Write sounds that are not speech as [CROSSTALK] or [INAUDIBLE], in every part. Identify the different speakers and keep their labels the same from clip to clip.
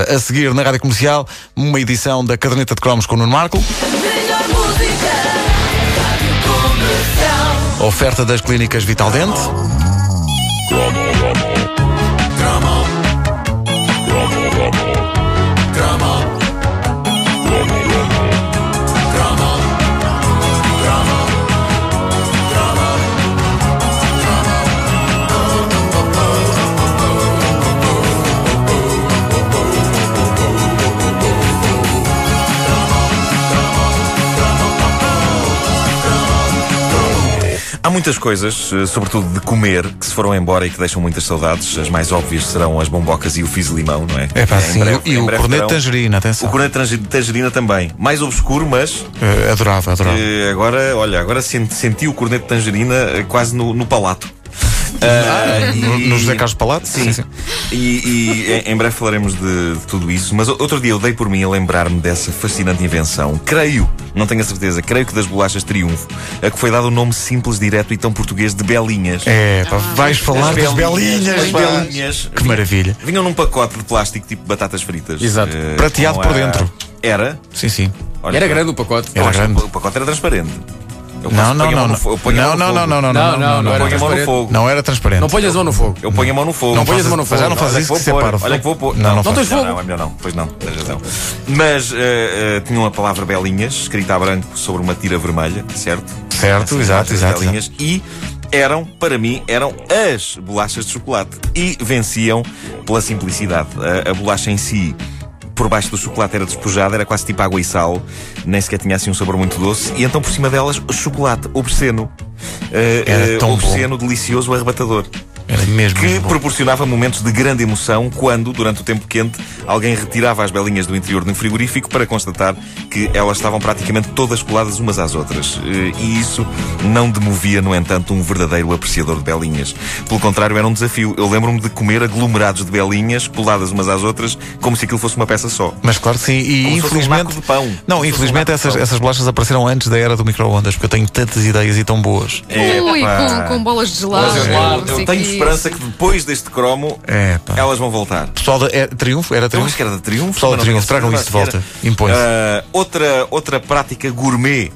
Speaker 1: A seguir, na Rádio Comercial, uma edição da Caderneta de Cromos com o Nuno Marco.
Speaker 2: Melhor música, Rádio Comercial.
Speaker 1: Oferta das clínicas Vital Dente.
Speaker 3: Há muitas coisas, eh, sobretudo de comer, que se foram embora e que deixam muitas saudades. As mais óbvias serão as bombocas e o fiz-limão, não é?
Speaker 1: É pá,
Speaker 3: Em
Speaker 1: sim.
Speaker 3: breve-
Speaker 1: e
Speaker 3: em
Speaker 1: o
Speaker 3: breve
Speaker 1: corneto de
Speaker 3: terão.
Speaker 1: tangerina,
Speaker 3: O
Speaker 1: atenção.
Speaker 3: corneto tange- de tangerina também. Mais obscuro, mas
Speaker 1: Eh, adorava, adorava.
Speaker 3: eh, agora, olha, agora senti, senti o corneto de tangerina eh, quase no, no palato.
Speaker 1: [LAUGHS]
Speaker 3: Ah,
Speaker 1: no,
Speaker 3: e-
Speaker 1: no José Carlos Palato?
Speaker 3: Sim. E, e em- em breve falaremos de, de tudo isso, mas o- outro dia eu dei por mim a lembrar-me dessa fascinante invenção. Creio, não tenho a certeza, creio que das bolachas Triunfo, a que foi dado o nome simples, direto e tão português de Belinhas.
Speaker 1: É, pá, vais falar das belinhas,
Speaker 3: As
Speaker 1: pá.
Speaker 3: belinhas.
Speaker 1: Que maravilha.
Speaker 3: Vinham num pacote de plástico tipo batatas fritas.
Speaker 4: Exato.
Speaker 3: Eh,
Speaker 1: Prateado
Speaker 3: com
Speaker 1: por
Speaker 3: a-
Speaker 1: dentro.
Speaker 3: Era.
Speaker 1: Sim, sim.
Speaker 3: Olha,
Speaker 4: Era grande o pacote.
Speaker 3: eu
Speaker 1: Era
Speaker 3: acho que
Speaker 1: grande.
Speaker 3: O pacote era transparente. Eu
Speaker 1: Não,
Speaker 3: posso-
Speaker 1: não,
Speaker 3: ponho a
Speaker 1: não.
Speaker 3: mão no
Speaker 1: Não,
Speaker 3: fo- eu ponho a
Speaker 1: não,
Speaker 3: mão no
Speaker 1: não, não,
Speaker 3: fogo.
Speaker 1: não, não,
Speaker 4: Não, não, não.
Speaker 3: Eu ponho a mão no
Speaker 4: Transparente.
Speaker 3: fogo.
Speaker 1: Não era transparente.
Speaker 4: Não ponhas a mão no fogo.
Speaker 3: Eu ponho a mão no fogo.
Speaker 1: Não ponhas
Speaker 4: a mão no
Speaker 3: Faz-
Speaker 4: fogo.
Speaker 3: faz-
Speaker 1: Não faz
Speaker 3: olha
Speaker 1: isso,
Speaker 3: que
Speaker 1: que isso é
Speaker 3: vou pôr.
Speaker 1: parvo.
Speaker 3: Olha que vou pôr.
Speaker 1: Não, não
Speaker 4: faz.
Speaker 3: Não, não, é melhor não. Pois não, tens razão. Mas eh, eh, tinham a palavra belinhas, escrita a branco sobre uma tira vermelha, certo?
Speaker 1: Certo,
Speaker 3: Essas
Speaker 1: exato,
Speaker 3: bolachas
Speaker 1: exato.
Speaker 3: Belinhas. E eram, para mim, eram as bolachas de chocolate. E venciam pela simplicidade. A, a bolacha em si... Por baixo do chocolate era despojada, era quase tipo água e sal, nem sequer tinha assim um sabor muito doce, e então por cima delas, chocolate obsceno. Eh,
Speaker 1: Era
Speaker 3: eh,
Speaker 1: tão bom.
Speaker 3: obsceno, delicioso, arrebatador
Speaker 1: Era mesmo.
Speaker 3: que
Speaker 1: mesmo bom.
Speaker 3: proporcionava momentos de grande emoção quando, durante o tempo quente, alguém retirava as belinhas do interior de um frigorífico para constatar que elas estavam praticamente todas coladas umas às outras. Eh, E isso não demovia, no entanto, um verdadeiro apreciador de belinhas. Pelo contrário, era um desafio. Eu lembro-me de comer aglomerados de belinhas coladas umas às outras como se aquilo fosse uma peça só.
Speaker 1: Mas claro que sim, e
Speaker 3: Como se fosse um
Speaker 1: infelizmente.
Speaker 3: naco de pão. Como se
Speaker 1: Não,
Speaker 3: fosse
Speaker 1: infelizmente
Speaker 3: um naco de
Speaker 1: essas,
Speaker 3: pão.
Speaker 1: essas bolachas apareceram antes da era do micro-ondas, porque eu tenho tantas ideias e tão boas.
Speaker 5: Ui,
Speaker 3: Epá.
Speaker 5: com, com bolas de gelado.
Speaker 3: Mas eu, eu-
Speaker 5: não
Speaker 3: eu
Speaker 5: sei
Speaker 3: tenho
Speaker 5: quê.
Speaker 3: esperança que depois deste cromo
Speaker 1: Epá.
Speaker 3: elas vão voltar.
Speaker 1: Pessoal da é, Triunfo? Era
Speaker 3: Eu acho
Speaker 1: Triunfo?
Speaker 3: que era da Triunfo.
Speaker 1: Pessoal da
Speaker 3: mas não
Speaker 1: Triunfo,
Speaker 3: tenho
Speaker 1: tragam isso de
Speaker 3: certeza.
Speaker 1: volta. Impõe-se.
Speaker 3: Ah, outra, outra prática gourmet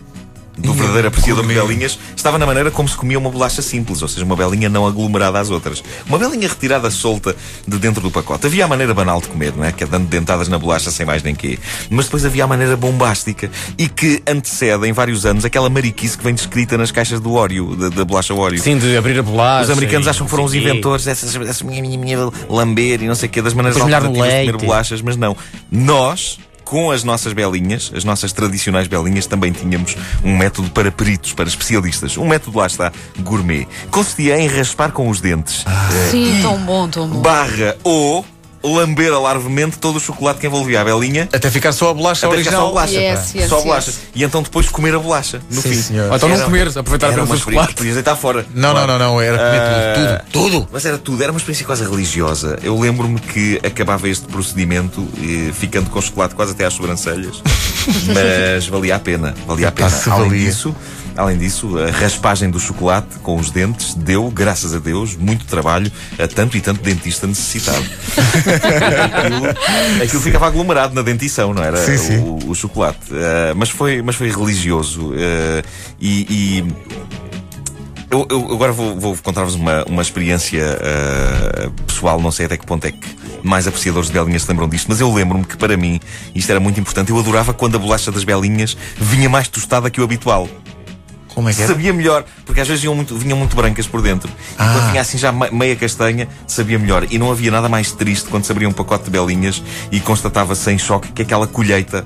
Speaker 3: do verdadeiro apreciador de
Speaker 1: Hum, gourmet.
Speaker 3: belinhas estava na maneira como se comia uma bolacha simples, ou seja, uma belinha não aglomerada às outras. Uma belinha retirada solta de dentro do pacote. Havia a maneira banal de comer, não é? Que é dando dentadas na bolacha sem mais nem quê. Mas depois havia a maneira bombástica e que antecede em vários anos aquela mariquice que vem descrita nas caixas do Oreo, da, da bolacha Oreo.
Speaker 4: Sim, de abrir a bolacha.
Speaker 1: Ah,
Speaker 3: Os americanos
Speaker 4: e-
Speaker 3: acham que foram os
Speaker 4: Sim.
Speaker 3: inventores dessas, dessas minha, minha, minha, lamber e não sei o quê, das maneiras
Speaker 4: Depois molhar no
Speaker 3: alternativas de comer
Speaker 4: leite.
Speaker 3: bolachas, mas não. Nós, com as nossas belinhas, as nossas tradicionais belinhas, também tínhamos um método para peritos, para especialistas. Um método, lá está, gourmet. Consistia em raspar com os dentes, eh,
Speaker 5: Sim, tão bom, tão
Speaker 3: [LAUGHS]
Speaker 5: bom.
Speaker 3: barra ou lamber alarvemente todo o chocolate que envolvia a belinha.
Speaker 1: Até ficar só a bolacha
Speaker 3: Até ficar só a
Speaker 1: original.
Speaker 3: bolacha.
Speaker 5: Yes,
Speaker 3: pá.
Speaker 5: yes,
Speaker 3: só a
Speaker 5: yes.
Speaker 3: bolacha. E então depois comer a bolacha, no
Speaker 1: Sim,
Speaker 3: fim.
Speaker 1: senhor.
Speaker 4: Ou então não
Speaker 3: Era-
Speaker 4: comeres, aproveitar
Speaker 3: Era uma
Speaker 4: pelo seu
Speaker 3: experiência.
Speaker 4: chocolate.
Speaker 3: Podias deitar fora. Ah,
Speaker 1: Não, não,
Speaker 3: Claro.
Speaker 1: não, não, era comer tudo, tudo, tudo.
Speaker 3: Mas era tudo, era uma experiência quase religiosa. Eu lembro-me que acabava este procedimento eh, ficando com chocolate quase até
Speaker 1: [LAUGHS]
Speaker 3: às sobrancelhas, mas valia a pena, valia a
Speaker 1: Epá,
Speaker 3: pena.
Speaker 1: se
Speaker 3: além
Speaker 1: valia.
Speaker 3: disso, além disso, a raspagem do chocolate com os dentes deu, graças a Deus, muito trabalho a tanto e tanto dentista necessitado. aquilo, [LAUGHS] aquilo ficava aglomerado na dentição, não era?
Speaker 1: Sim, sim.
Speaker 3: O, o chocolate. Ah, mas foi, mas foi religioso ah, e- e eu, eu agora vou, vou contar-vos uma, uma experiência ah, pessoal, não sei até que ponto é que mais apreciadores de belinhas se lembram disto, mas eu lembro-me que para mim isto era muito importante. Eu adorava quando a bolacha das belinhas vinha mais tostada que o habitual.
Speaker 1: Como é que era?
Speaker 3: [LAUGHS] Sabia melhor, porque às vezes vinham muito, vinham muito brancas por dentro.
Speaker 1: Ah.
Speaker 3: E quando vinha assim já me- meia castanha, sabia melhor. E não havia nada mais triste quando se abria um pacote de belinhas e constatava sem choque que aquela colheita,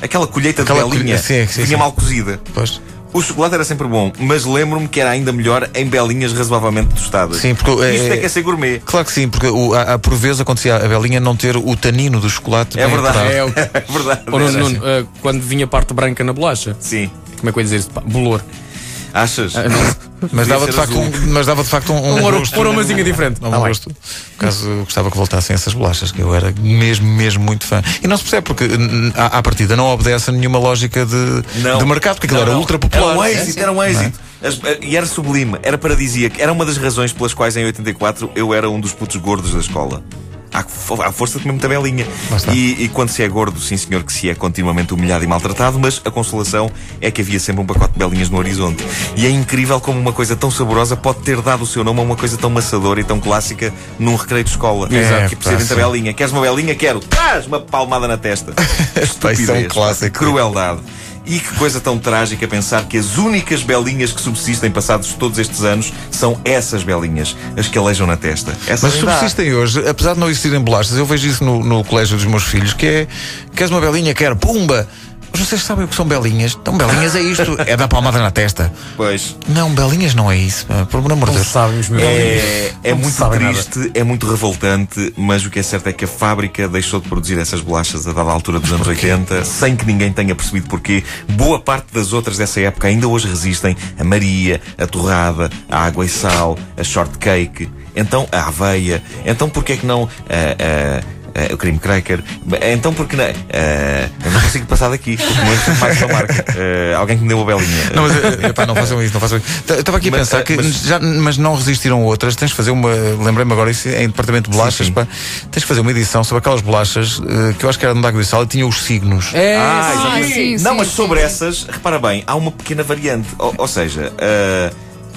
Speaker 3: aquela colheita
Speaker 1: Aquela
Speaker 3: de
Speaker 1: colhe-
Speaker 3: belinha,
Speaker 1: sim, sim, sim.
Speaker 3: vinha mal cozida.
Speaker 1: Pois.
Speaker 3: O chocolate era sempre bom, mas lembro-me que era ainda melhor em belinhas razoavelmente tostadas.
Speaker 1: Sim, porque, eh,
Speaker 3: Isto é que é ser gourmet.
Speaker 1: Claro que sim, porque o, a, a por vezes acontecia a belinha não ter o tanino do chocolate.
Speaker 3: É
Speaker 1: bem
Speaker 3: verdade.
Speaker 1: apurado.
Speaker 4: É, o-
Speaker 3: [LAUGHS] É verdade.
Speaker 4: ou no-
Speaker 3: era
Speaker 4: no-
Speaker 3: assim.
Speaker 4: eh, quando vinha parte branca na bolacha.
Speaker 3: Sim.
Speaker 4: Como é que eu ia dizer isto? Pá, Bolor.
Speaker 3: Achas?
Speaker 1: Mas
Speaker 3: Devia
Speaker 1: dava, de
Speaker 3: É, ser
Speaker 1: facto
Speaker 3: azul.
Speaker 1: um, mas dava de facto um, um,
Speaker 4: Um aro-
Speaker 1: gosto-
Speaker 4: um aromazinho diferente.
Speaker 1: Um
Speaker 4: Tá bem.
Speaker 1: gosto. Caso eu gostava que voltassem essas bolachas, que eu era mesmo, mesmo muito fã. E não se percebe porque hum, à, à partida não obedece a nenhuma lógica de,
Speaker 3: Não.
Speaker 1: de mercado, porque aquilo
Speaker 3: Não,
Speaker 1: era
Speaker 3: não.
Speaker 1: ultra popular. É,
Speaker 3: Era um êxito, era um êxito. As- e era sublime, era paradisíaco. Era uma das razões pelas quais em 84 eu era um dos putos gordos da escola. À à, fo- à força de comer muita belinha.
Speaker 1: Lá está.
Speaker 3: E, e quando se é gordo, sim senhor, que se é continuamente humilhado e maltratado, mas a consolação é que havia sempre um pacote de belinhas no horizonte. E é incrível como uma coisa tão saborosa pode ter dado o seu nome a uma coisa tão maçadora e tão clássica num recreio de escola.
Speaker 1: Exato.
Speaker 3: que precisa
Speaker 1: É, Pá,
Speaker 3: da
Speaker 1: sim.
Speaker 3: belinha. Queres uma belinha? Quero. Traz uma palmada na testa.
Speaker 1: [LAUGHS] Pá, isso é um
Speaker 3: Estupidez, pá.
Speaker 1: clássico.
Speaker 3: Crueldade. E que coisa tão trágica pensar que as únicas belinhas que subsistem passados todos estes anos são essas belinhas, as que alejam na testa. é Essas
Speaker 1: Mas
Speaker 3: ainda há.
Speaker 1: subsistem hoje, apesar de não existirem bolachas, eu vejo isso no, no colégio dos meus filhos, que é queres uma belinha, quero, pumba! Mas vocês sabem o que são belinhas? Então belinhas é isto, é dar palmada na testa.
Speaker 3: Pois.
Speaker 1: Não, belinhas não é isso, pá, por amor de
Speaker 4: Não
Speaker 1: Deus.
Speaker 4: sabem os meus
Speaker 3: É,
Speaker 4: amigos.
Speaker 3: é
Speaker 4: Não
Speaker 3: muito
Speaker 4: sabem nada.
Speaker 3: triste, é muito revoltante, mas o que é certo é que a fábrica deixou de produzir essas bolachas a dada altura dos anos 80, sem que ninguém tenha percebido porquê. Boa parte das outras dessa época ainda hoje resistem. A Maria, a Torrada, a Água e Sal, a Shortcake, então a Aveia. Então porquê é que não a. a- a- o crime cracker. Então, porque não? Ah, eu não consigo passar daqui. porque não é mais uma marca. Ah, alguém que me deu uma belinha.
Speaker 1: Não, mas eh, epá, não façam isso, não façam isso. T- eu Estava aqui a
Speaker 3: Mas,
Speaker 1: pensar
Speaker 3: eh,
Speaker 1: que
Speaker 3: mas-
Speaker 1: já, mas não resistiram outras. Tens de fazer uma. Lembrei-me agora isso em departamento de bolachas.
Speaker 3: sim.
Speaker 1: pá. tens de fazer uma edição sobre aquelas bolachas eh, que eu acho que era de água e sal e tinha os signos.
Speaker 4: É,
Speaker 3: Ah,
Speaker 4: sim.
Speaker 5: exatamente.
Speaker 3: exatamente.
Speaker 5: sim,
Speaker 3: não,
Speaker 5: sim,
Speaker 3: mas
Speaker 5: sim,
Speaker 3: sobre
Speaker 5: sim.
Speaker 3: essas, repara bem, há uma pequena variante. Ou, ou seja, ah,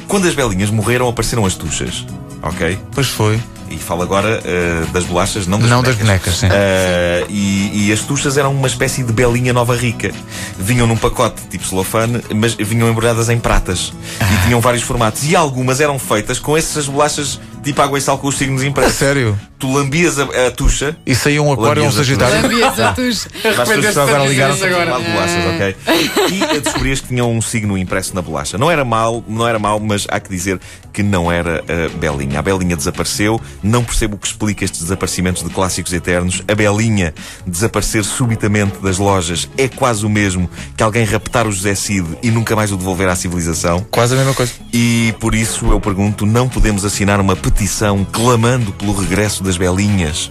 Speaker 3: quando as belinhas morreram, apareceram as tuchas. Ok?
Speaker 1: Pois foi.
Speaker 3: E falo agora ah, das bolachas, não das
Speaker 1: Não das
Speaker 3: bonecas.
Speaker 1: bonecas, sim.
Speaker 3: Ah, e, e as tuchas eram uma espécie de belinha nova rica. Vinham num pacote tipo celofane, mas vinham embrulhadas em pratas.
Speaker 1: Ah.
Speaker 3: E tinham vários formatos. E algumas eram feitas com essas bolachas tipo água e sal com os signos
Speaker 1: A
Speaker 3: impressos.
Speaker 1: sério.
Speaker 3: Tu lambias a, a tucha
Speaker 1: E saiu um aquário e um
Speaker 3: Lambias a
Speaker 1: sagitário.
Speaker 5: Lambias a tus.
Speaker 3: As pessoas só agora ligaram
Speaker 4: Arrependeram-se agora.
Speaker 3: de
Speaker 5: É.
Speaker 3: bolachas, ok? E descobrias que tinham um signo impresso na bolacha. Não era mal, não era mal, mas há que dizer que não era a Belinha. A Belinha desapareceu, não percebo o que explica estes desaparecimentos de clássicos eternos. A Belinha desaparecer subitamente das lojas é quase o mesmo que alguém raptar o José Cid e nunca mais o devolver à civilização.
Speaker 1: Quase a mesma coisa.
Speaker 3: E por isso eu pergunto, não podemos assinar uma petição clamando pelo regresso das Belinhas?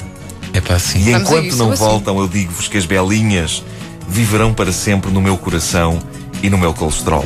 Speaker 1: É pá, sim.
Speaker 3: E
Speaker 5: Vamos a
Speaker 3: enquanto
Speaker 5: isso,
Speaker 3: não
Speaker 5: assim.
Speaker 3: voltam, eu digo-vos que as belinhas viverão para sempre no meu coração e no meu colesterol.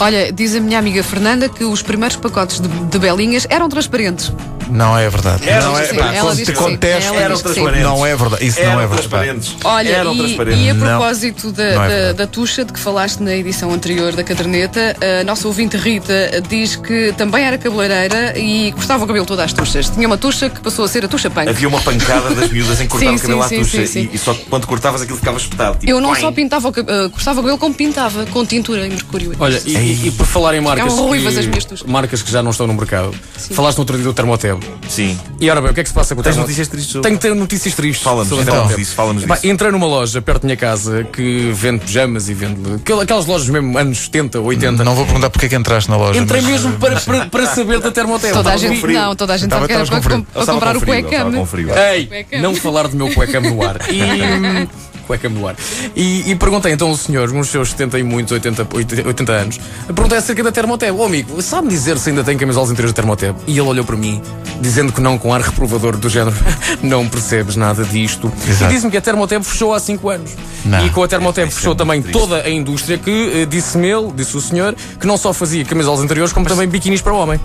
Speaker 5: Olha, diz a minha amiga Fernanda que os primeiros pacotes de, de belinhas eram transparentes.
Speaker 1: Não é verdade.
Speaker 3: Eram
Speaker 1: não é,
Speaker 3: sim,
Speaker 1: pá,
Speaker 5: ela
Speaker 1: con-
Speaker 5: diz que sim.
Speaker 1: contesto.
Speaker 5: Ela
Speaker 3: Eram
Speaker 5: diz que sim.
Speaker 3: transparentes.
Speaker 1: Não é verdade. Isso não é
Speaker 3: Eram
Speaker 1: verdade. pá.
Speaker 3: transparentes.
Speaker 5: Olha,
Speaker 3: Eram
Speaker 5: e,
Speaker 3: transparentes.
Speaker 5: e a
Speaker 1: Não.
Speaker 5: propósito da,
Speaker 1: Não é
Speaker 5: da-
Speaker 1: verdade.
Speaker 5: da tucha de que falaste na edição anterior da caderneta, a nossa ouvinte Rita diz que também era cabeleireira e cortava o cabelo todas as tuchas. Tinha uma tucha que passou a ser a tucha punk.
Speaker 3: Havia uma pancada das miúdas em cortar
Speaker 5: Sim,
Speaker 3: o cabelo
Speaker 5: sim,
Speaker 3: à
Speaker 5: sim, sim,
Speaker 3: tucha
Speaker 5: sim.
Speaker 3: E, e só quando cortavas aquilo ficava espetado. Tipo,
Speaker 5: Eu não só
Speaker 3: "Quaim".
Speaker 5: pintava, o cab- eh, cortava o cabelo como pintava, com tintura e mercúrio.
Speaker 4: Olha, e- e, e por falar em marcas.
Speaker 5: Ficavam ruivas
Speaker 4: que,
Speaker 5: as minhas tuchas.
Speaker 4: Marcas que já não estão no mercado. Falaste no outro dia do Termoteb.
Speaker 3: Sim.
Speaker 4: E ora bem, o que é que se passa com o
Speaker 3: Tens
Speaker 4: Termoteb?
Speaker 3: notícias tristes sobre-
Speaker 4: Tenho que ter notícias tristes.
Speaker 3: Fala-nos,
Speaker 4: sobre o
Speaker 3: então,
Speaker 4: Termoteb.
Speaker 3: disso, fala-nos
Speaker 4: Epá,
Speaker 3: disso.
Speaker 4: Entrei numa loja perto da minha casa que vende pijamas e vende. aquel- Aquelas lojas mesmo anos 70, 80.
Speaker 1: Não vou perguntar porque é que entraste na loja.
Speaker 4: Entrei
Speaker 1: mas-
Speaker 4: mesmo para, para, para saber da Termoteb.
Speaker 5: Toda a
Speaker 4: Estava
Speaker 5: gente,
Speaker 3: frio.
Speaker 5: não, toda a gente
Speaker 1: Tava-
Speaker 5: sabe que era
Speaker 1: tavas
Speaker 5: para,
Speaker 1: com frio.
Speaker 5: com-
Speaker 3: Eu
Speaker 5: para
Speaker 3: estava
Speaker 5: comprar
Speaker 3: com
Speaker 5: o né?
Speaker 3: frio, eu estava
Speaker 5: cuecam.
Speaker 3: com frio.
Speaker 4: Ei,
Speaker 5: Cueca.
Speaker 4: não falar do meu cueca no ar. E. Cueca no ar. E, e perguntei então ao senhor, uns seus 70 e muitos, 80, 80, 80 anos, perguntei acerca da Termoteb. Ô amigo, sabe dizer se ainda tem camisolas interiores da Termoteb? E ele olhou para mim, dizendo que não, com ar reprovador do género, [LAUGHS] não percebes nada disto.
Speaker 1: Exato.
Speaker 4: E disse-me que a Termoteb fechou há 5 anos.
Speaker 1: Não.
Speaker 4: E com a Termoteb
Speaker 3: Isso é
Speaker 4: fechou
Speaker 3: muito
Speaker 4: também
Speaker 3: triste.
Speaker 4: toda a indústria que, eh, disse-me ele, disse o senhor, que não só fazia camisolas interiores, como também biquinis para homem.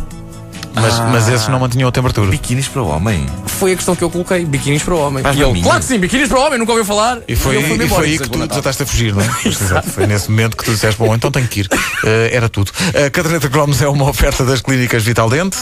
Speaker 1: Mas, mas esses não mantinham a temperatura.
Speaker 3: Biquinis para o homem.
Speaker 4: Foi a questão que eu coloquei, biquinis para homem.
Speaker 3: Faz
Speaker 4: E ele,
Speaker 3: maminho.
Speaker 4: claro que sim, biquinis para homem, nunca ouviu falar.
Speaker 1: E foi,
Speaker 4: ele
Speaker 1: e
Speaker 4: foi-me embora,
Speaker 1: foi aí
Speaker 4: disse,
Speaker 1: que
Speaker 4: "Bom
Speaker 1: tu
Speaker 4: Natal."
Speaker 1: desataste a fugir, não é? Exato. Foi nesse momento que tu disseste, bom, então tenho que ir. Eh, era tudo. A caderneta Cromos é uma oferta das clínicas Vital Dente.